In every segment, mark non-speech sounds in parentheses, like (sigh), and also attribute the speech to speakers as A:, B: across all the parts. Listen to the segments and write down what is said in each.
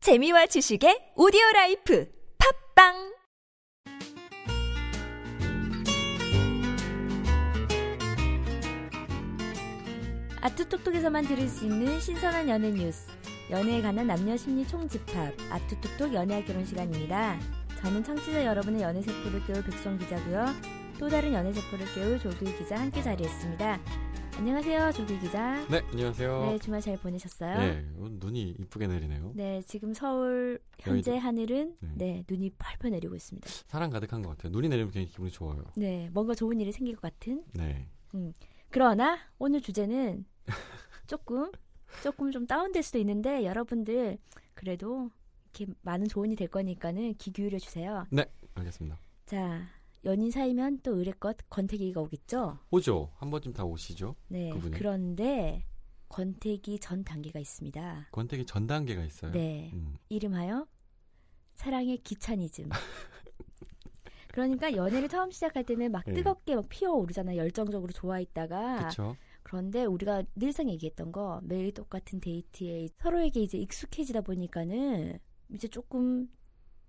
A: 재미와 지식의 오디오 라이프 팝빵
B: 아투톡톡에서만 들을 수 있는 신선한 연애 뉴스. 연애에 관한 남녀 심리 총집합 아투톡톡 연애와 결혼 시간입니다. 저는 청취자 여러분의 연애 세포를 깨울 백성 기자고요. 또 다른 연애 세포를 깨울 조규 기자 함께 자리했습니다. 안녕하세요, 조규 기자.
C: 네, 안녕하세요.
B: 네, 주말 잘 보내셨어요?
C: 예, 오늘 눈이 이쁘게 내리네요.
B: 네, 지금 서울 현재
C: 여의도.
B: 하늘은
C: 네.
B: 네, 눈이 펄펄 내리고 있습니다.
C: 사랑 가득한 것 같아요. 눈이 내리면 굉장히 기분이 좋아요.
B: 네, 뭔가 좋은 일이 생길 것 같은.
C: 네.
B: 그러나 오늘
C: (laughs)
B: 주제는 조금 조금 좀 다운될 수도 있는데 여러분들 그래도 이렇게 많은 조언이 될 거니까는 귀 기울여 주세요.
C: 알겠습니다.
B: 자, 연인 사이면 또 의뢰껏 권태기가 오겠죠.
C: 오죠? 한 번쯤 다 오시죠?
B: 네.
C: 그분이.
B: 런데 권태기 전 단계가 있습니다.
C: 권태기 전 단계가 있어요.
B: 네.
C: 음,
B: 이름하여 사랑의
C: (laughs)
B: 귀차니즘. 그러니까 연애를 처음 시작할 때는 막
C: 예.
B: 뜨겁게 막 피어오르잖아요. 열정적으로 좋아했다가
C: 그쵸?
B: 그런데 우리가 늘상 얘기했던 거 매일 똑같은 데이트에 서로에게 이제 익숙해지다 보니까는 이제 조금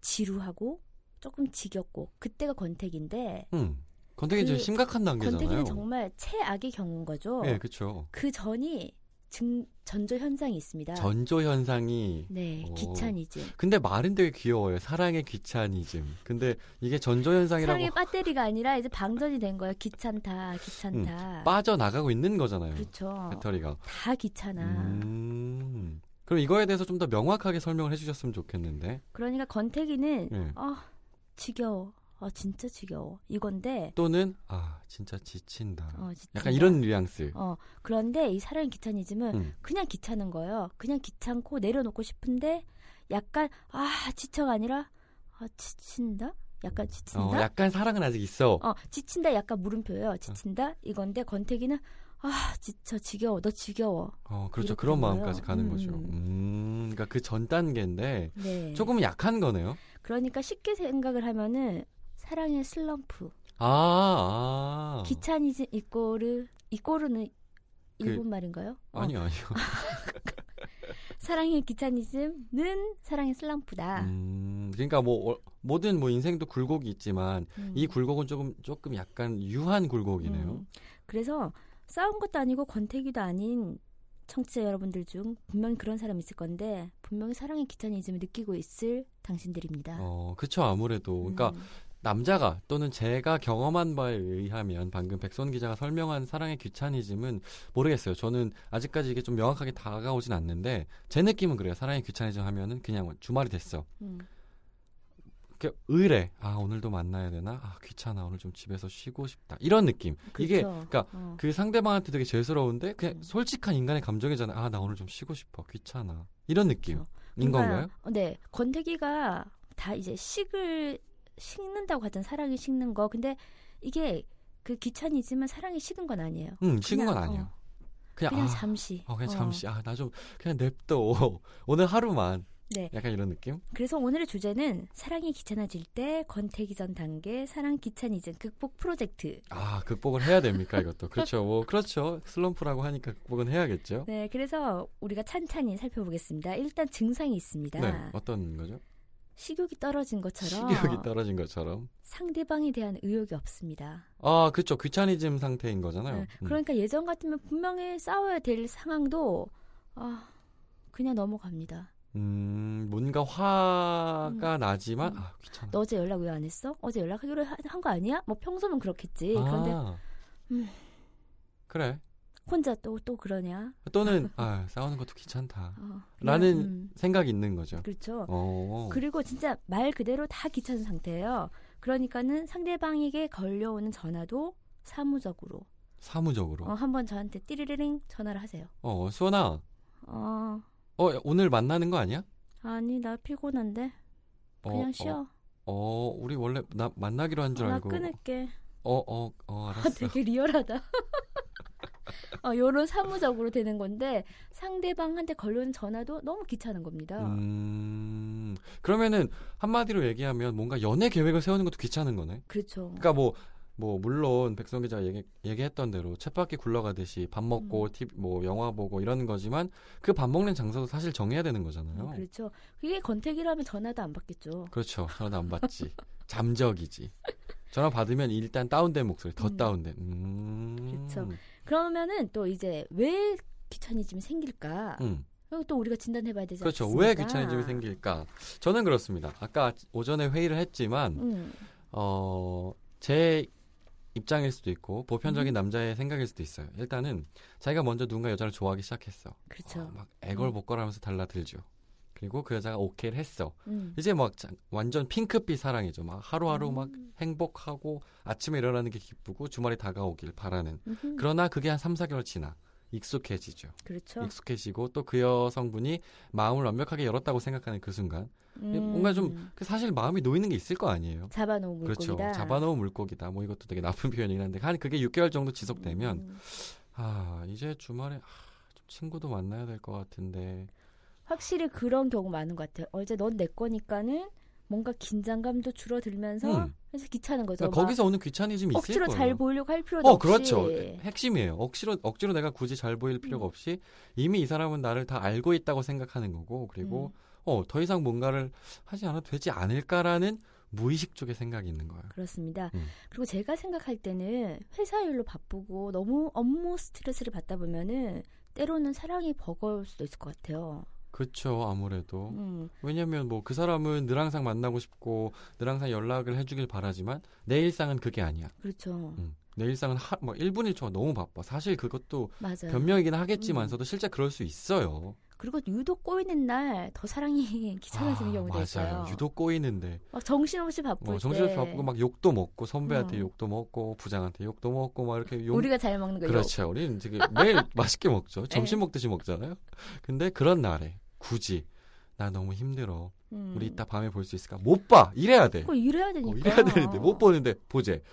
B: 지루하고 조금 지겹고 그때가 권태기인데
C: 음. 권태기
B: 그
C: 좀 심각한 단계잖아요.
B: 권태기는 정말 최악의 경우인 거죠.
C: 예, 그쵸.
B: 그 전이 증, 전조 현상이 있습니다.
C: 전조 현상이.
B: 네,
C: 오.
B: 귀차니즘.
C: 근데 말은 되게 귀여워요. 사랑의 귀차니즘. 근데 이게 전조 현상이라고
B: 사랑의 배터리가 아니라 이제 방전이 된 거예요. 귀찮다,
C: 음,
B: 귀찮다.
C: 빠져나가고 있는 거잖아요.
B: 그렇죠.
C: 배터리가.
B: 다 귀찮아.
C: 음. 그럼 이거에 대해서 좀 더 명확하게 설명을 해주셨으면 좋겠는데.
B: 그러니까 권태기는
C: 예.
B: 아 지겨워. 아 진짜 지겨워. 이건데
C: 또는 아 진짜 지친다.
B: 어, 진짜.
C: 약간 이런 뉘앙스.
B: 어 그런데 이 사랑의 귀차니즘은
C: 음.
B: 그냥 귀찮은 거예요. 그냥 귀찮고 내려놓고 싶은데 약간 아 지쳐가 아니라 아 지친다. 약간 지친다.
C: 어, 약간 사랑은 아직 있어.
B: 어 지친다. 약간 물음표예요. 지친다 이건데 권태기는 아 지쳐 지겨워. 너 지겨워.
C: 어, 그렇죠.
B: 이렇게 되는
C: 그런 마음까지
B: 거예요.
C: 가는
B: 음.
C: 거죠. 음, 그러니까 그 전 단계인데
B: 네.
C: 조금 약한 거네요.
B: 그러니까 쉽게 생각을 하면은 사랑의 슬럼프.
C: 아, 아.
B: 귀차니즘 이꼬르 이꼬르는
C: 그-
B: 일본 말인가요? 어,
C: 아니요, 아니요.
B: 사랑의 귀차니즘은 사랑의 슬럼프다.
C: 음, 그러니까 뭐 어, 모든 뭐 인생도 굴곡이 있지만
B: 음.
C: 이 굴곡은 조금 조금 약간 유한 굴곡이네요.
B: 음. 그래서 싸운 것도 아니고 권태기도 아닌 청취자 여러분들 중 분명히 그런 사람 있을 건데 분명히 사랑의 귀차니즘을 느끼고 있을 당신들입니다.
C: 어, 그쵸 아무래도. 그러니까
B: 음,
C: 남자가 또는 제가 경험한 바에 의하면 방금 백선 기자가 설명한 사랑의 귀차니즘은 모르겠어요. 저는 아직까지 이게 좀 명확하게 다가오진 않는데 제 느낌은 그래요. 사랑의 귀차니즘 하면은 그냥 주말이 됐어.
B: 음.
C: 이렇게 의뢰. 아 오늘도 만나야 되나? 아 귀찮아. 오늘 좀 집에서 쉬고 싶다. 이런 느낌. 이게
B: 그렇죠.
C: 그러니까
B: 어.
C: 그 상대방한테 되게 죄스러운데 그냥
B: 음.
C: 솔직한 인간의 감정이잖아. 요 아 나 오늘 좀 쉬고 싶어. 귀찮아. 이런 느낌인
B: 그렇죠.
C: 건가요?
B: 그러니까, 어, 네, 권태기가 다 이제 식을 식는다고 하잖아요. 사랑이 식는 거. 근데 이게 그 귀차니즘은 사랑이 식은 건 아니에요.
C: 응, 음, 쉬는 건
B: 그냥,
C: 아니에요.
B: 어,
C: 그냥,
B: 그냥
C: 아,
B: 잠시.
C: 어, 그냥
B: 어.
C: 잠시. 아 나 좀 그냥 냅둬. (laughs) 오늘 하루만.
B: 네.
C: 약간 이런 느낌?
B: 그래서 오늘의 주제는 사랑이 귀찮아질 때 권태기 전 단계 사랑 귀차니즘 극복 프로젝트.
C: 아 극복을 해야 됩니까 이것도 그렇죠 뭐
B: (laughs)
C: 그렇죠 슬럼프라고 하니까 극복은 해야겠죠
B: 네, 그래서 우리가 찬찬히 살펴보겠습니다. 일단 증상이 있습니다.
C: 네 어떤 거죠
B: 식욕이 떨어진 것처럼
C: 식욕이 떨어진 것처럼
B: 상대방에 대한 의욕이 없습니다.
C: 아 그렇죠 귀차니즘 상태인 거잖아요
B: 네,
C: 음.
B: 그러니까 예전 같으면 분명히 싸워야 될 상황도 아, 그냥 넘어갑니다.
C: 음, 뭔가 화가 나지만
B: 음.
C: 아 귀찮아
B: 너 어제 연락 왜 안 했어? 어제 연락하기로 한 거 아니야? 뭐 평소면 그렇겠지. 그런데
C: 아,
B: 음.
C: 그래
B: 혼자 또 또 그러냐? (laughs)
C: 또는 아 싸우는 것도 귀찮다
B: 어, 그냥,
C: 라는
B: 음,
C: 생각이 있는 거죠
B: 그렇죠.
C: 어
B: 그리고 진짜 말 그대로 다 귀찮은 상태예요. 그러니까는 상대방에게 걸려오는 전화도 사무적으로
C: 사무적으로
B: 어, 한번 저한테 띠리리링 전화를 하세요.
C: 어 수원아
B: 어
C: 어 오늘 만나는 거 아니야
B: 아니 나 피곤한데
C: 어,
B: 그냥
C: 어,
B: 쉬어.
C: 어, 우리 원래 나 만나기로 한 줄
B: 어, 나
C: 알고
B: 끊을게.
C: 어 어, 어,
B: 아,
C: 알았어
B: 되게 리얼하다. (laughs) 어, 요런 사무적으로 되는 건데 상대방한테 걸려오는 전화도 너무 귀찮은 겁니다.
C: 음, 그러면은 한마디로 얘기하면 뭔가 연애 계획을 세우는 것도 귀찮은 거네.
B: 그렇죠.
C: 그러니까 뭐 뭐 물론 백성 기자가 얘기, 얘기했던 대로 쳇바퀴 굴러가듯이 밥
B: 음.
C: 먹고 티 뭐 영화 보고 이러는 거지만 그 밥 먹는 장소도 사실 정해야 되는 거잖아요.
B: 그렇죠. 그게 권태기라면 전화도 안 받겠죠.
C: 그렇죠. 전화도 안 받지. 잠적이지. 전화 받으면 일단 다운된 목소리, 더
B: 음.
C: 다운된. 음.
B: 그렇죠. 그러면은 또 이제 왜 귀차니즘이 생길까?
C: 음.
B: 이거 또 우리가 진단해봐야 되지
C: 그렇죠.
B: 않겠습니까?
C: 왜 귀차니즘이 생길까? 저는 그렇습니다. 아까 오전에 회의를 했지만
B: 음,
C: 어, 제 입장일 수도 있고 보편적인
B: 음.
C: 남자의 생각일 수도 있어요. 일단은 자기가 먼저 누군가 여자를 좋아하기 시작했어.
B: 그렇죠.
C: 어, 막 애걸복걸하면서 달라들죠. 그리고 그 여자가 오케이를 했어.
B: 음.
C: 이제 막 자- 완전 핑크빛 사랑이죠. 막 하루하루 막 행복하고 아침에 일어나는 게 기쁘고 주말이 다가오길 바라는.
B: 음흠.
C: 그러나 그게 한 3, 4개월 지나 익숙해지죠.
B: 그렇죠.
C: 익숙해지고 또 그 여성분이 마음을 완벽하게 열었다고 생각하는 그 순간
B: 음.
C: 뭔가 좀- 그 사실 마음이 놓이는 게 있을 거 아니에요.
B: 잡아놓은 물고기다.
C: 그렇죠. 잡아놓은 물고기다. 뭐 이것도 되게 나쁜 (laughs) 표현이긴 한데 한 그게 6개월 정도 지속되면
B: 음.
C: 아 이제 주말에 아, 좀 친구도 만나야 될 것 같은데
B: 확실히 그런 경우 많은 것 같아요. 어제 넌 내 거니까는 뭔가 긴장감도 줄어들면서
C: 음.
B: 그래서 귀찮은 거죠.
C: 그러니까
B: 막
C: 거기서 오는 귀차니즘이 있을
B: 억지로
C: 거예요.
B: 잘 보이려고 할 필요도
C: 어
B: 없이. 음.
C: 그렇죠. 핵심이에요. 억지로 억지로 내가 굳이 잘 보일 필요가 없이 이미 이 사람은 나를 다 알고 있다고 생각하는 거고 그리고
B: 음.
C: 어 더 이상 뭔가를 하지 않아도 되지 않을까라는 무의식 쪽의 생각이 있는 거예요.
B: 그렇습니다.
C: 음.
B: 그리고 제가 생각할 때는 회사 일로 바쁘고 너무 업무 스트레스를 받다 보면은 때로는 사랑이 버거울 수도 있을 것 같아요.
C: 그렇죠 아무래도
B: 음,
C: 왜냐면 뭐 그 사람은 늘 항상 만나고 싶고 늘 항상 연락을 해주길 바라지만 내 일상은 그게 아니야
B: 그렇죠.
C: 음. 내 일상은 하, 막 1분 1초가 너무 바빠 사실 그것도
B: 맞아요.
C: 변명이긴
B: 음.
C: 하겠지만서도 실제 그럴 수 있어요
B: 그리고 유독 꼬이는 날 더 사랑이 (laughs) 귀찮아지는
C: 아,
B: 경우도
C: 맞아요
B: 있어요.
C: 유독 꼬이는데
B: 막 정신없이 바쁠
C: 뭐
B: 때
C: 정신없이 바쁘고 막 욕도 먹고 선배한테
B: 음.
C: 욕도 먹고 부장한테 욕도 먹고 막 이렇게 욕
B: 우리가 네. 잘 먹는 거예요.
C: 그렇죠 우리는 되게
B: (laughs)
C: 매일 맛있게 먹죠 점심 먹듯이 먹잖아요 근데 그런 날에 굳이 나 너무 힘들어
B: 음.
C: 우리 이따 밤에 볼 수 있을까? 못 봐. 이래야 돼.
B: 그거 일해야 되니까.
C: 어, 이래야 되는데 못 보는데 보재.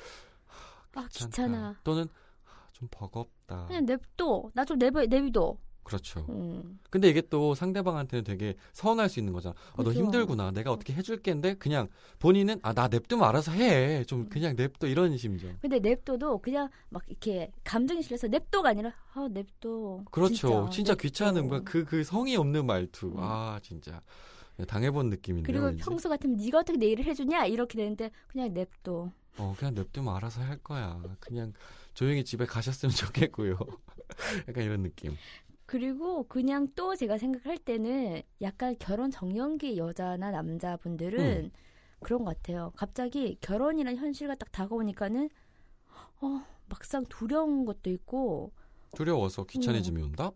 B: 아
C: 괜찮다.
B: 귀찮아. 네,
C: 또는 아, 좀 버겁다.
B: 그냥 냅둬. 나 좀 내버 내비둬.
C: 그렇죠.
B: 음.
C: 근데 이게 또 상대방한테는 되게 서운할 수 있는 거잖아. 아, 너
B: 그죠.
C: 힘들구나. 내가 어떻게 해줄게인데 그냥 본인은 아 나 냅두면 알아서 해.
B: 음.
C: 좀 그냥 냅둬 이런 심정.
B: 근데 냅둬도 그냥 막 이렇게 감정이 실려서 냅둬가 아니라 아 냅둬.
C: 그렇죠. 진짜,
B: 냅둬.
C: 귀찮은 거야. 그, 그 성의 없는 말투.
B: 음.
C: 아 진짜 네, 당해본 느낌인데.
B: 그리고 평소 같으면 네가 어떻게 내 일을 해주냐 이렇게 되는데 그냥 냅둬.
C: 어, 그냥 냅두면 알아서 할 거야. 그냥 조용히 집에 가셨으면 (laughs) 좋겠고요. 약간 이런 느낌.
B: 그리고 그냥 또 제가 생각할 때는 약간 결혼 정년기 여자나 남자분들은 그런 것 같아요. 갑자기 결혼이라는 현실과 딱 다가오니까는 어 막상 두려운 것도 있고
C: 두려워서 귀차니즘이
B: 음.
C: 온다?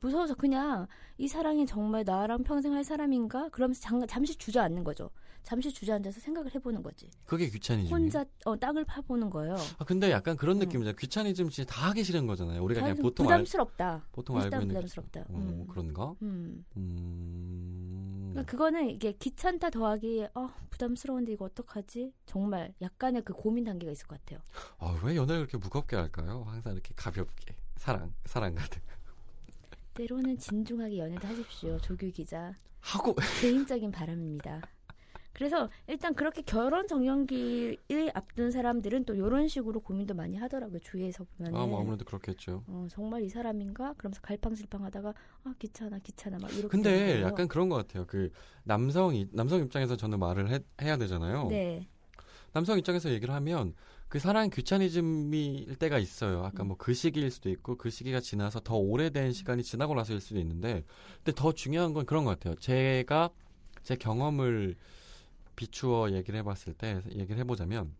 B: 무서워서 그냥 이 사랑이 정말 나랑 평생 할 사람인가? 그러면서 잠, 잠시 주저앉는 거죠. 잠시 주저앉아서 생각을 해보는 거지.
C: 그게 귀차니즘이에요.
B: 혼자 어, 땅을 파보는 거예요.
C: 아, 근데 약간 그런
B: 음.
C: 느낌이잖아요. 귀차니즘 진짜 다 하기 싫은 거잖아요. 우리가 그냥
B: 좀
C: 보통 알,
B: 부담스럽다.
C: 보통
B: 일단
C: 알고 있는
B: 부담스럽다.
C: 어,
B: 음.
C: 그런가?
B: 음.
C: 음.
B: 그러니까 그거는 이게 귀찮다 더하기 어, 부담스러운데 이거 어떡하지? 정말 약간의 그 고민 단계가 있을 것 같아요.
C: 아, 왜 연애를 이렇게 무겁게 할까요? 항상 이렇게 가볍게. 사랑, 사랑 가득.
B: 때로는 진중하게 연애도 하십시오. 조규 기자.
C: 하고 (laughs)
B: 개인적인 바람입니다. 그래서 일단 그렇게 결혼 정년기를 앞둔 사람들은 또 이런 식으로 고민도 많이 하더라고요. 주위에서 보면은.
C: 아, 뭐 아무래도 그렇겠죠.
B: 어, 정말 이 사람인가? 그러면서 갈팡질팡하다가 아 귀찮아 귀찮아 막 이렇게. 되는
C: 근데
B: 거예요.
C: 약간 그런 것 같아요. 그 남성이 남성 입장에서 저는 말을 해, 해야 되잖아요.
B: 네.
C: 남성 입장에서 얘기를 하면 그 사랑 귀차니즘일 때가 있어요. 아까 뭐 그 시기일 수도 있고 그 시기가 지나서 더 오래된 시간이 지나고 나서일 수도 있는데 근데 더 중요한 건 그런 것 같아요. 제가 제 경험을 비추어 얘기를 해봤을 때 얘기를 해보자면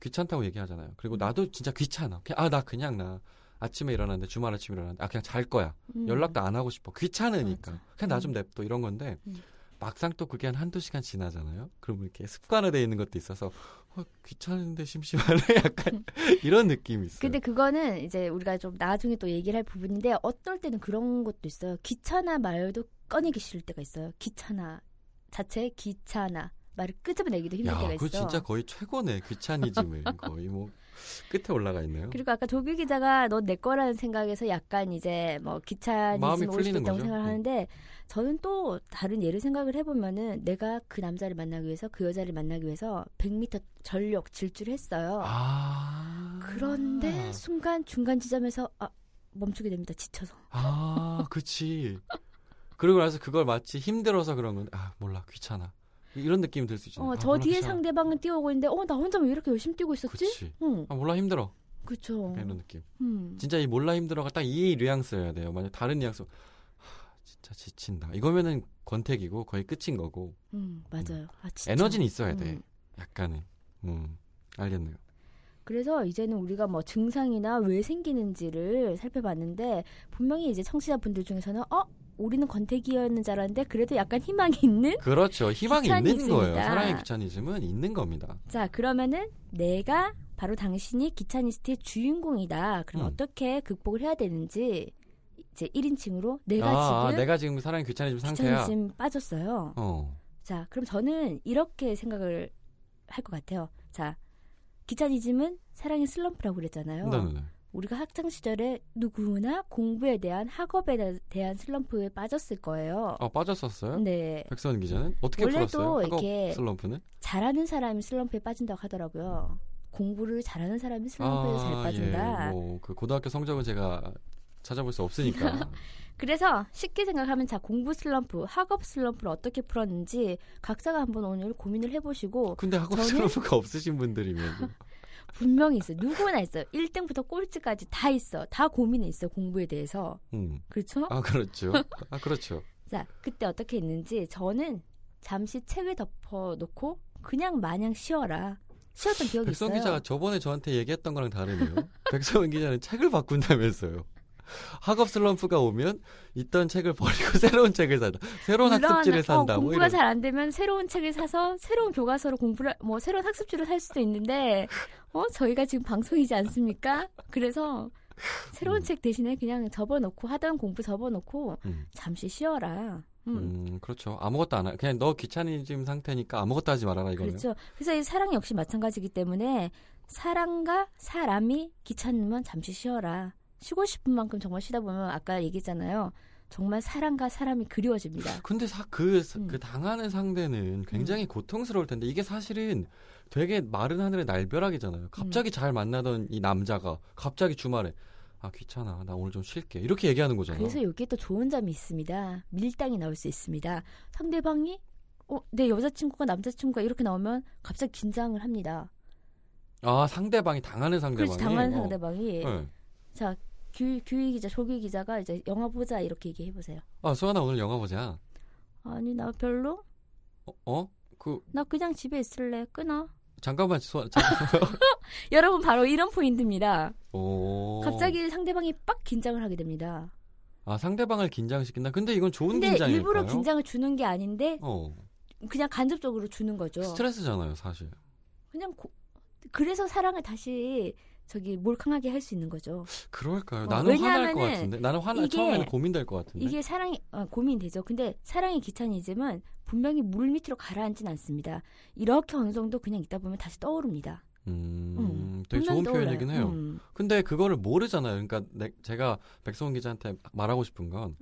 C: 귀찮다고 얘기하잖아요. 그리고 나도 진짜 귀찮아. 아 나 그냥 나 아침에 일어났는데 주말 아침에 일어났는데 아 그냥 잘 거야.
B: 음.
C: 연락도 안 하고 싶어. 귀찮으니까.
B: 맞아.
C: 그냥 나 좀 냅둬. 이런 건데,
B: 음.
C: 막상 또 그게 한 한두 시간 지나잖아요? 그럼 이렇게 습관화되어 있는 것도 있어서, 어, 귀찮은데 심심하네?
B: (laughs)
C: (laughs) 약간, 이런 느낌이 있어요.
B: 근데 그거는 이제 우리가 좀 나중에 또 얘기를 할 부분인데 어떨 때는 그런 것도 있어요. 귀찮아 말도 꺼내기 싫을 때가 있어요. 귀찮아 자체 귀찮아 말을 끄집어내기도 힘들
C: 야,
B: 때가 있어.
C: 그거 진짜 거의 최고네.
B: (laughs)
C: 귀차니즘을 거의 뭐 끝에 올라가 있네요.
B: 그리고 아까 도규 기자가 넌 내 거라는 생각에서 약간 이제 뭐
C: 마음이
B: 기차니즘 올수
C: 풀리는
B: 있다고
C: 거죠.
B: 생각을
C: 네.
B: 하는데 저는 또 다른 예를 생각을 해보면은 내가 그 남자를 만나기 위해서 그 여자를 만나기 위해서 100m 전력 질주를 했어요.
C: 아.
B: 그런데 순간 중간 지점에서 아, 멈추게 됩니다. 지쳐서.
C: 아, 그치. 그리고 나서 그걸 마치 힘들어서 그런 건, 아, 몰라, 귀찮아. 이- 이런 느낌이 들 수 있잖아.
B: 어,
C: 아,
B: 저
C: 몰라,
B: 뒤에
C: 귀찮아.
B: 상대방은 뛰어오고 있는데 어 나 혼자 왜 이렇게 열심히 뛰고 있었지?
C: 그치.
B: 응,
C: 아, 몰라, 힘들어.
B: 그쵸.
C: 이런 느낌.
B: 음.
C: 진짜 이 몰라, 힘들어가 딱 이 뉘앙스여야 돼요. 만약 다른 뉘앙스, 하, 진짜 지친다. 이거면은 권태기고 거의 끝인 거고,
B: 음, 맞아요. 아, 진짜.
C: 에너지는 있어야 돼.
B: 음.
C: 약간은. 음, 알겠네요.
B: 그래서 이제는 우리가 뭐 증상이나 왜 생기는지를 살펴봤는데 분명히 이제 청취자분들 중에서는 어 우리는 권태기였는 줄 알았는데 그래도 약간 희망이 있는
C: 그렇죠. 희망이 있는
B: 귀차니즘이다.
C: 거예요. 사랑의 귀차니즘은 있는 겁니다.
B: 자 그러면은 내가 바로 당신이 기차니스트의 주인공이다 그럼
C: 음.
B: 어떻게 극복을 해야 되는지 이제 1인칭으로 내가
C: 아, 아,
B: 지금
C: 내가 지금 사랑의 귀차니즘 상태야.
B: 기차니즘 빠졌어요
C: 어.
B: 자, 그럼 저는 이렇게 생각을 할 것 같아요. 자, 기차니즘은 사랑의 슬럼프라고 그랬잖아요.
C: 네네네.
B: 우리가 학창 시절에 누구나 공부에 대한 학업에 대- 대한 슬럼프에 빠졌을 거예요.
C: 아, 빠졌었어요?
B: 네,
C: 백선 기자는 어떻게
B: 원래도
C: 풀었어요? 학업
B: 이렇게
C: 슬럼프는?
B: 잘하는 사람이 슬럼프에 빠진다고 하더라고요. 공부를 잘하는 사람이 슬럼프에 잘 빠진다.
C: 예, 뭐그 고등학교 성적은 제가 찾아볼 수
B: (laughs)
C: 없으니까.
B: 그래서 쉽게 생각하면 자 공부 슬럼프, 학업 슬럼프를 어떻게 풀었는지 각자가 한번 오늘 고민을 해보시고
C: 근데 학업
B: 저는-
C: 슬럼프가 없으신 분들이면
B: 분명히 있어요. 누구나 있어요. 1등부터 꼴찌까지 다 있어. 다 고민이 있어요. 공부에 대해서.
C: 음.
B: 그렇죠?
C: 아, 그렇죠.
B: (laughs)
C: 아, 그렇죠.
B: 자, 그때 어떻게 했는지 저는 잠시 책을 덮어놓고 그냥 마냥 쉬어라. 쉬었던 기억이
C: 백선
B: 있어요.
C: 기자가 저번에 저한테 얘기했던 거랑 다르네요. 백선 기자는 책을 바꾼다면서요. 학업 슬럼프가 오면 있던 책을 버리고 (laughs) 새로운 책을 산다. 새로운
B: 물론,
C: 학습지를 산다.
B: 어,
C: 뭐
B: 공부가
C: 이런.
B: 잘 안 되면 새로운 책을 사서 새로운 교과서로 공부를 뭐 새로운 학습지를 살 수도 있는데 어 저희가 지금 방송이지 않습니까? 그래서 새로운
C: 음.
B: 책 대신에 그냥 접어놓고 하던 공부 접어놓고
C: 음.
B: 잠시 쉬어라. 음.
C: 음, 그렇죠. 아무것도 안 하. 그냥 너 귀차니즘 상태니까 아무것도 하지 말아라 이거네요.
B: 그렇죠. 그래서 이 사랑 역시 마찬가지이기 때문에 사랑과 사람이 귀찮으면 잠시 쉬어라. 쉬고 싶은 만큼 정말 쉬다 보면 아까 얘기했잖아요. 정말 사랑과 사람이 그리워집니다.
C: 근데 사, 그, 사-
B: 음.
C: 그 당하는 상대는 굉장히 고통스러울 텐데 이게 사실은 되게 마른 하늘의 날벼락이잖아요.
B: 음.
C: 갑자기 잘 만나던 이 남자가 갑자기 주말에 아 귀찮아 나 오늘 좀 쉴게 이렇게 얘기하는 거잖아.
B: 그래서 여기에 또 좋은 점이 있습니다. 밀당이 나올 수 있습니다. 상대방이 어, 내 여자친구가 남자친구가 이렇게 나오면 갑자기 긴장을 합니다.
C: 아 상대방이 당하는 상대방이.
B: 그렇지 당한
C: 어.
B: 상대방이
C: 네.
B: 자 규, 규희 기자 조규 기자가 이제 영화 보자 이렇게 얘기해 보세요.
C: 아 소연아 오늘 영화 보자.
B: 아니 나 별로
C: 어? 어? 그
B: 나 그냥 집에 있을래 끊어.
C: 잠깐만 소연. 잠깐만.
B: 여러분 바로 이런 포인트입니다.
C: 오.
B: 갑자기 상대방이 빡 긴장을 하게 됩니다.
C: 아 상대방을 긴장시킨다. 근데 이건 좋은
B: 근데
C: 긴장일까요?
B: 일부러 긴장을 주는 게 아닌데
C: 어.
B: 그냥 간접적으로 주는 거죠.
C: 스트레스잖아요 사실.
B: 그냥 고- 그래서 사랑을 다시 저기 몰캉하게 할 수 있는 거죠.
C: 그럴까요?
B: 어,
C: 나는 화날 것
B: 왜냐하면은
C: 같은데. 나는 화나
B: 이게-
C: 처음에는 고민될 것 같은데.
B: 이게 사랑이 아, 고민되죠. 근데 사랑의 귀차니즘은 분명히 물 밑으로 가라앉진 않습니다. 이렇게 어느 정도 그냥 있다 보면 다시 떠오릅니다.
C: 음,
B: 음,
C: 되게
B: 분명히
C: 좋은
B: 떠올라요.
C: 표현이긴 해요.
B: 음,
C: 근데 그거를 모르잖아요. 그러니까 내- 제가 백성훈 기자한테 말하고 싶은 건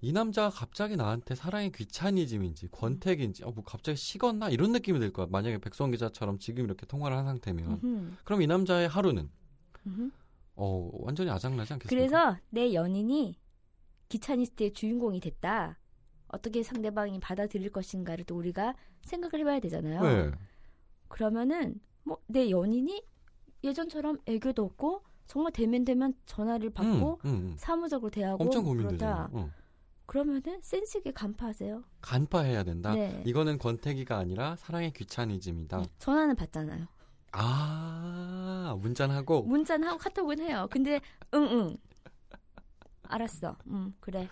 C: 이
B: 음.
C: 남자가 갑자기 나한테 사랑의 귀차니즘인지 권태기인지 어, 뭐 갑자기 식었나 이런 느낌이 들 거야. 만약에 백성훈 기자처럼 지금 이렇게 통화를 한 상태면
B: 음흠,
C: 그럼 이 남자의 하루는
B: 음흠.
C: 어, 완전히 아작나지 않겠습니까?
B: 그래서 내 연인이 기차니스트의 주인공이 됐다. 어떻게 상대방이 받아들일 것인가를 또 우리가 생각을 해봐야 되잖아요.
C: 네.
B: 그러면은 뭐 내 연인이 예전처럼 애교도 없고 정말 대면 대면 전화를 받고
C: 음, 음, 음.
B: 사무적으로 대하고
C: 엄청
B: 그러다
C: 고민되잖아요. 어.
B: 그러면은 센스 있게 간파하세요.
C: 간파해야 된다.
B: 네.
C: 이거는 권태기가 아니라 사랑의 귀차니즘이다.
B: 전화는 받잖아요.
C: 아, 문자는 하고
B: 문자는 하고 카톡은 해요. 근데 응응 알았어. 음 그래.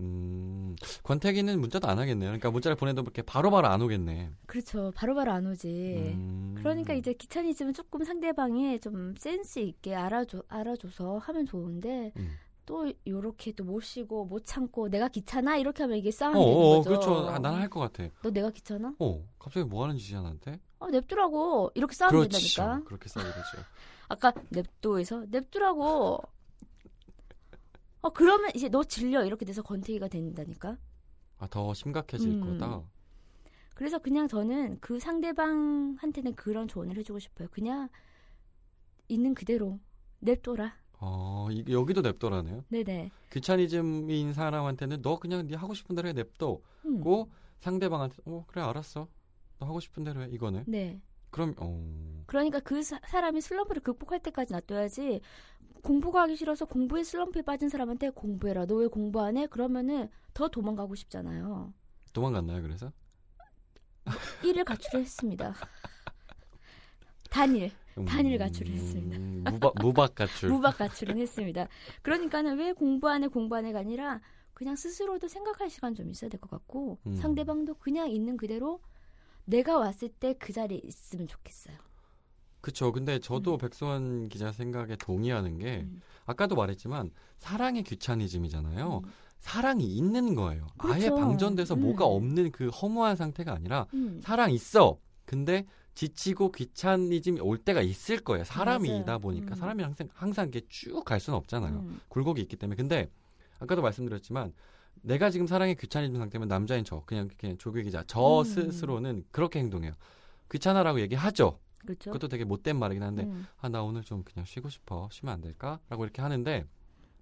C: 음, 권태기는 문자도 안 하겠네요. 그러니까 문자를 보내도 이렇게 바로바로 안 오겠네.
B: 그렇죠. 바로바로 안 오지.
C: 음.
B: 그러니까 이제 귀차니즘은 조금 상대방이 좀 센스 있게 알아줘 알아줘서 하면 좋은데
C: 음.
B: 또 요렇게 또 모시고 못 참고 내가 귀찮아 이렇게 하면 이게 싸움이
C: 어,
B: 되는
C: 어,
B: 거죠.
C: 그렇죠. 아, 나는 할 것 같아.
B: 너 내가 귀찮아?
C: 어, 갑자기 뭐 하는 짓이야 나한테?
B: 어, 냅두라고 이렇게 싸움이
C: 그렇지.
B: 된다니까.
C: 그렇게 싸우게 되죠.
B: 아까 냅도에서 냅두라고. 어 그러면 이제 너 질려 이렇게 돼서 권태기가 된다니까.
C: 아, 더 심각해질
B: 음.
C: 거다.
B: 그래서 그냥 저는 그 상대방한테는 그런 조언을 해주고 싶어요. 그냥 있는 그대로 냅둬라.
C: 어, 이, 여기도 냅둬라네요.
B: 네네.
C: 귀차니즘인 사람한테는 너 그냥 네 하고 싶은 대로 해 냅둬고
B: 음.
C: 상대방한테 어 그래 알았어. 너 하고 싶은 대로 해 이거네.
B: 네.
C: 그럼 어
B: 그러니까 그 사, 람이 슬럼프를 극복할 때까지 놔둬야지 공부가 하기 싫어서 공부에 슬럼프에 빠진 사람한테 공부해라. 너 왜 공부 안 해? 그러면은 더 도망가고 싶잖아요.
C: 도망갔나요 그래서?
B: 일을 가출했습니다. (laughs) 단일.
C: 음,
B: 단일 가출을 했습니다.
C: 무박 무박 가출.
B: 무박 가출은 했습니다. 그러니까는 왜 공부 안해 공부 안해가 아니라 그냥 스스로도 생각할 시간 좀 있어야 될 것 같고
C: 음.
B: 상대방도 그냥 있는 그대로 내가 왔을 때 그 자리에 있으면 좋겠어요.
C: 그쵸. 근데 저도
B: 음.
C: 백수원 기자 생각에 동의하는 게
B: 음.
C: 아까도 말했지만 사랑의 귀차니즘이잖아요.
B: 음.
C: 사랑이 있는 거예요. 아예
B: 그렇죠.
C: 방전돼서
B: 음.
C: 뭐가 없는 그 허무한 상태가 아니라
B: 음.
C: 사랑 있어. 근데 지치고 귀차니즘이 올 때가 있을 거예요. 사람이다
B: 맞아요. 음.
C: 보니까 사람이 항상 항상 이게 쭉 갈 수는 없잖아요.
B: 음.
C: 굴곡이 있기 때문에. 근데 아까도 말씀드렸지만 내가 지금 사랑의 귀차니즘 상태면 남자인 저 그냥 그냥 조교 기자 저
B: 음.
C: 스스로는 그렇게 행동해요. 귀찮아라고 얘기하죠.
B: 그렇죠.
C: 그것도 되게 못된 말이긴 한데
B: 음.
C: 아 나 오늘 좀 그냥 쉬고 싶어 쉬면 안 될까?라고 이렇게 하는데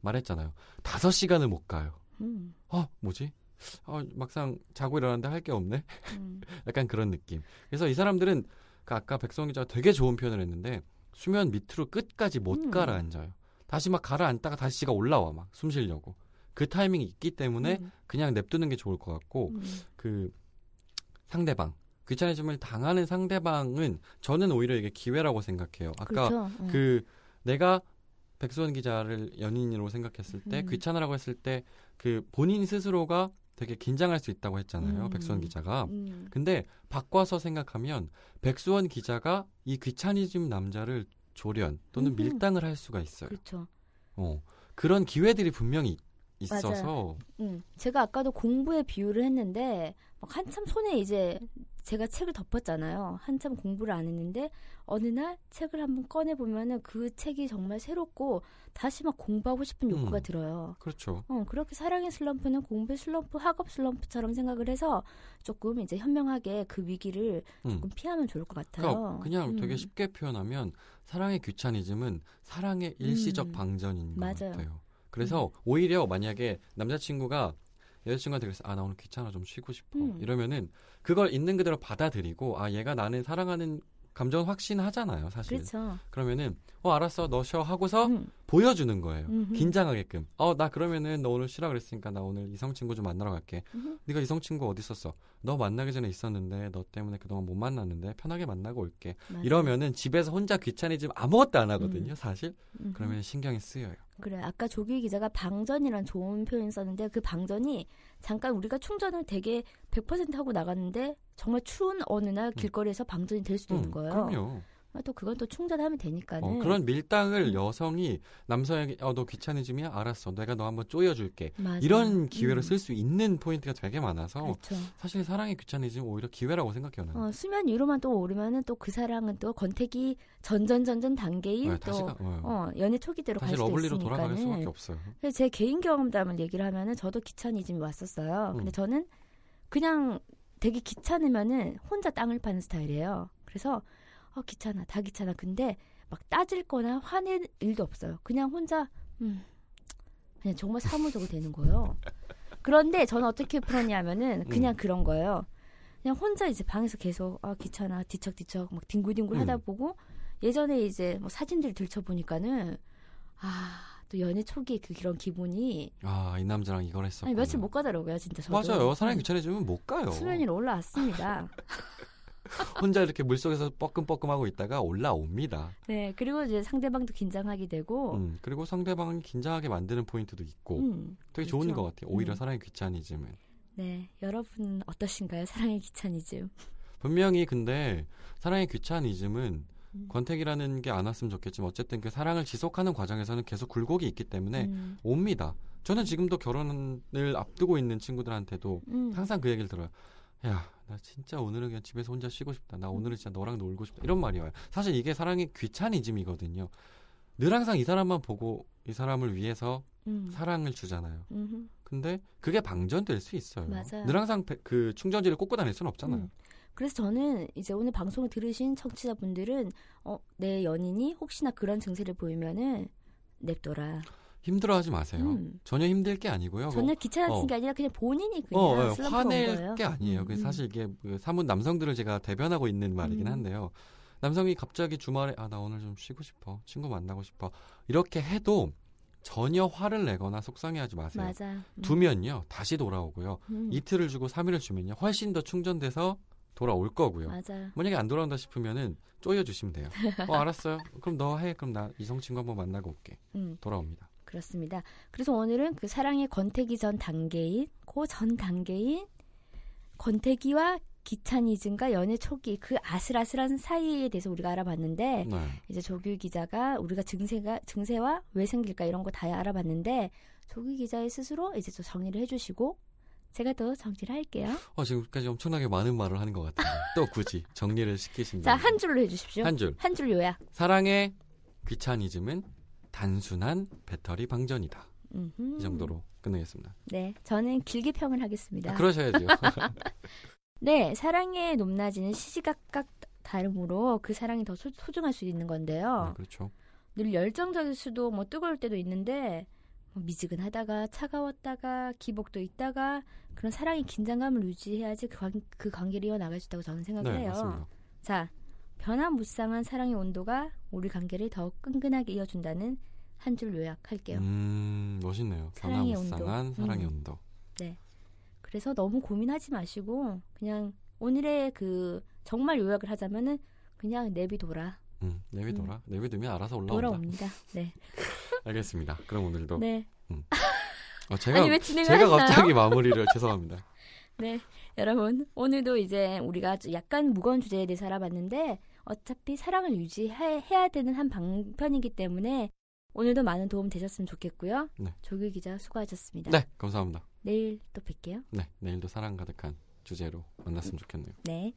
C: 말했잖아요. 다섯 시간을 못 가요.
B: 음.
C: 어 뭐지? 어 막상 자고 일어났는데 할 게 없네. (laughs)
B: 음.
C: 약간 그런 느낌. 그래서 이 사람들은 그 아까 백성 기자가 되게 좋은 표현을 했는데 수면 밑으로 끝까지 못
B: 음.
C: 가라앉아요. 다시 막 가라앉다가 다시 지가 올라와 막 숨 쉬려고. 그 타이밍이 있기 때문에
B: 음.
C: 그냥 냅두는 게 좋을 것 같고
B: 음.
C: 그 상대방 귀차니즘을 당하는 상대방은 저는 오히려 이게 기회라고 생각해요. 아까
B: 그렇죠. 음.
C: 그 내가 백수원 기자를 연인으로 생각했을 때
B: 음.
C: 귀찮으라고 했을 때 그 본인 스스로가 되게 긴장할 수 있다고 했잖아요.
B: 음.
C: 백수원 기자가.
B: 음.
C: 근데 바꿔서 생각하면 백수원 기자가 이 귀차니즘 남자를 조련 또는
B: 음.
C: 밀당을 할 수가 있어요.
B: 그렇죠.
C: 어. 그런 기회들이 분명히 있-
B: 맞아요.
C: 있어서
B: 음, 제가 아까도 공부에 비유를 했는데 막 한참 손에 이제 제가 책을 덮었잖아요. 한참 공부를 안 했는데 어느 날 책을 한번 꺼내 보면은 그 책이 정말 새롭고 다시 막 공부하고 싶은 욕구가
C: 음.
B: 들어요.
C: 그렇죠.
B: 어, 그렇게 사랑의 슬럼프는 공부의 슬럼프, 학업 슬럼프처럼 생각을 해서 조금 이제 현명하게 그 위기를
C: 음.
B: 조금 피하면 좋을 것 같아요.
C: 그러니까 그냥
B: 음.
C: 되게 쉽게 표현하면 사랑의 귀차니즘은 사랑의 일시적
B: 음.
C: 방전인 것
B: 맞아요. 음.
C: 같아요. 그래서 오히려 만약에 남자친구가 여자친구한테 그래서 아 나 오늘 귀찮아 좀 쉬고 싶어
B: 음.
C: 이러면은 그걸 있는 그대로 받아들이고 아 얘가 나는 사랑하는 감정 확신하잖아요 사실
B: 그렇죠.
C: 그러면은어 알았어 너 쉬어 하고서
B: 음.
C: 보여주는 거예요
B: 음흠.
C: 긴장하게끔 어 나 그러면은 너 오늘 쉬라 그랬으니까 나 오늘 이성 친구 좀 만나러 갈게
B: 음흠.
C: 네가 이성 친구 어디 있었어 너 만나기 전에 있었는데 너 때문에 그동안 못 만났는데 편하게 만나고 올게
B: 맞아요.
C: 이러면은 집에서 혼자 귀차니즘 아무것도 안 하거든요,
B: 음.
C: 사실.
B: 음흠.
C: 그러면 신경이 쓰여요.
B: 그래 아까 조규 기자가 방전이란 좋은 표현 썼는데 그 방전이 잠깐 우리가 충전을 되게 100% 하고 나갔는데 정말 추운 어느 날 길거리에서 방전이 될 수도 있는
C: 음,
B: 거예요.
C: 그럼요.
B: 아, 또 그건 또 충전하면 되니까는. 음.
C: 어, 그런 밀당을 여성이 남성에게 어, 너 귀차니즘이야? 알았어. 내가 너 한번 쪼여줄게.
B: 맞아.
C: 이런 기회를
B: 음.
C: 쓸 수 있는 포인트가 되게 많아서
B: 그렇죠.
C: 사실 사랑의 귀차니즘 오히려 기회라고 생각해요. 나는.
B: 어, 수면 위로만 또 오르면은 또 그 사랑은 또 건태기 전전전전 단계인
C: 네,
B: 또
C: 다시 가, 어,
B: 어, 연애 초기대로 갈
C: 다시
B: 수도
C: 러블리로
B: 있으니까는.
C: 돌아갈 수밖에 없어요.
B: 그래서 제 개인 경험담을 얘기를 하면은 저도 귀차니즘이 왔었어요. 근데
C: 음.
B: 저는 그냥 되게 귀찮으면은 혼자 땅을 파는 스타일이에요. 그래서 어, 귀찮아, 다 귀찮아. 근데 막 따질 거나 화낼 일도 없어요. 그냥 혼자 음, 그냥 정말 사무적으로 되는 거예요. 그런데 저는 어떻게 풀었냐면은 그냥
C: 음.
B: 그런 거예요. 그냥 혼자 이제 방에서 계속 아 귀찮아 뒤척뒤척 막 뒹굴뒹굴 하다
C: 음.
B: 보고 예전에 이제 뭐 사진들 들춰보니까는 아 또 연애 초기 그 그런 기분이
C: 아, 이 남자랑 이걸 했었구나.
B: 아니 며칠 못 가더라고요 진짜 저도 음.
C: 맞아요. 사랑의 귀차니즘은 못 가요.
B: 수면 위로
C: (laughs)
B: 올라왔습니다.
C: 혼자 이렇게 물속에서 뻐끔뻐끔하고 있다가 올라옵니다.
B: 네 그리고 이제 상대방도 긴장하게 되고
C: 음, 그리고 상대방을 긴장하게 만드는 포인트도 있고
B: 어. 음,
C: 되게 좋은
B: 그렇죠.
C: 것 같아요. 오히려
B: 음.
C: 사랑의 귀차니즘은.
B: 네 여러분은 어떠신가요 사랑의 귀차니즘?
C: 분명히 근데 사랑의 귀차니즘은
B: 음.
C: 권태기라는 게 안 왔으면 좋겠지만 어쨌든 그 사랑을 지속하는 과정에서는 계속 굴곡이 있기 때문에
B: 음.
C: 옵니다. 저는 지금도 결혼을 앞두고 있는 친구들한테도
B: 음.
C: 항상 그 얘기를 들어요. 야, 나 진짜 오늘은 그냥 집에서 혼자 쉬고 싶다.
B: 음.
C: 나 오늘은 진짜 너랑 놀고 싶다. 이런 말이 와요. 사실 이게 사랑의 귀차니즘이거든요. 늘 항상 이 사람만 보고 이 사람을 위해서
B: 음.
C: 사랑을 주잖아요.
B: 음흠.
C: 근데 그게 방전될 수 있어요.
B: 맞아요.
C: 늘 항상 배- 그 충전지를 꽂고 다닐 수는 없잖아요.
B: 음. 그래서 저는 이제 오늘 방송을 들으신 청취자분들은 어, 내 연인이 혹시나 그런 증세를 보이면은 냅둬라.
C: 힘들어하지 마세요.
B: 음.
C: 전혀 힘들 게 아니고요.
B: 전혀 귀찮아진
C: 어.
B: 게 아니라 그냥 본인이 그냥
C: 어, 예,
B: 슬럼프인
C: 화낼
B: 거예요.
C: 게 아니에요.
B: 음,
C: 그
B: 음.
C: 사실 이게 그 사뭇 남성들을 제가 대변하고 있는 말이긴
B: 음.
C: 한데요. 남성이 갑자기 주말에 아 나 오늘 좀 쉬고 싶어, 친구 만나고 싶어 이렇게 해도 전혀 화를 내거나 속상해하지 마세요.
B: 맞아. 음.
C: 두면요 다시 돌아오고요.
B: 음.
C: 이틀을 주고 삼일을 주면요 훨씬 더 충전돼서 돌아올 거고요.
B: 맞아.
C: 만약에 안 돌아온다 싶으면은 쪼여 주시면 돼요. 어 알았어요. 그럼 너 해. 그럼 나 이성 친구 한번 만나고 올게.
B: 음.
C: 돌아옵니다.
B: 그렇습니다. 그래서 오늘은 그 사랑의 권태기 전 단계인, 그 전 단계인 권태기와 귀차니즘과 연애 초기 그 아슬아슬한 사이에 대해서 우리가 알아봤는데
C: 네.
B: 이제 조규 기자가 우리가 증세가 증세와 왜 생길까 이런 거 다 알아봤는데 조규 기자의 스스로 이제 또 정리를 해주시고 제가 또 정리를 할게요.
C: 어 지금까지 엄청나게 많은 말을 하는 것 같아요. 또 굳이 정리를 시키신
B: 자
C: 거예요.
B: 한 줄로 해주십시오.
C: 네. 한 줄.
B: 한 줄 요약.
C: 사랑의 귀차니즘은 단순한 배터리 방전이다.
B: 음흠.
C: 이 정도로 끝내겠습니다.
B: 네, 저는 길게 평을
C: 아,
B: 하겠습니다. (laughs)
C: 그러셔야죠. 네,
B: 네, 사랑의 높낮이는 시시각각 다름으로 그 사랑이 더 소, 중할수 있는
C: 네,
B: 건데요.
C: 그렇죠.
B: 늘 열정적일 수도 뭐 뜨거울 때도 있는데 뭐 미지근하다가 차가웠다가 기복도 있다가 그런 사랑의 긴장감을 유지해야지 그, 관, 그 관계를 이어나갈 수 있다고 저는 생각해요.
C: 네, 맞습니다.
B: 자, 변화무쌍한 사랑의 온도가 우리 관계를 더 끈끈하게 이어준다는 한 줄 요약할게요.
C: 음, 멋있네요.
B: 사랑의
C: 변화무쌍한
B: 온도.
C: 사랑의
B: 음.
C: 온도.
B: 그래서 너무 고민하지 마시고 그냥 오늘의 그 정말 요약을 하자면은 그냥 내비둬라
C: 음, 내비둬라. 내비두면 알아서 올라온다.
B: 돌아옵니다. 네,
C: 알겠습니다. 그럼 오늘도
B: 네.
C: 어, 제가
B: 아니 왜 진행을
C: 제가
B: 하시나요?
C: 갑자기 마무리를 죄송합니다.
B: 네, 여러분 오늘도 이제 우리가 아주 약간 무거운 주제에 대해서 알아봤는데 어차피 사랑을 유지해야 되는 한 방편이기 때문에 오늘도 많은 도움 되셨으면 좋겠고요.
C: 네.
B: 조규 기자 수고하셨습니다.
C: 네, 감사합니다.
B: 내일 또 뵐게요.
C: 네, 내일도 사랑 가득한 주제로 만났으면 좋겠네요.
B: 네.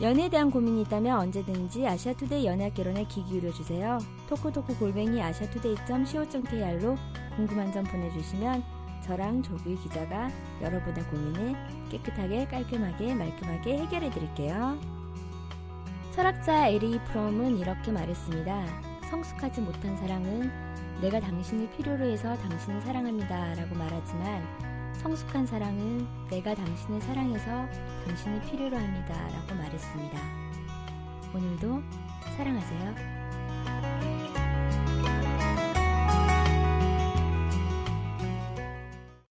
B: 연애에 대한 고민이 있다면 언제든지 아시아투데이 연애학 결혼에 귀 기울여 주세요. 토크토크 골뱅이 아시아투데이.co.kr로 궁금한 점 보내주시면 저랑 조규 기자가 여러분의 고민을 깨끗하게 깔끔하게 말끔하게 해결해 드릴게요. 철학자 에리 프롬은 이렇게 말했습니다. 성숙하지 못한 사랑은 내가 당신을 필요로 해서 당신을 사랑합니다 라고 말하지만 성숙한 사랑은 내가 당신을 사랑해서 당신을 필요로 합니다. 라고 말했습니다. 오늘도 사랑하세요.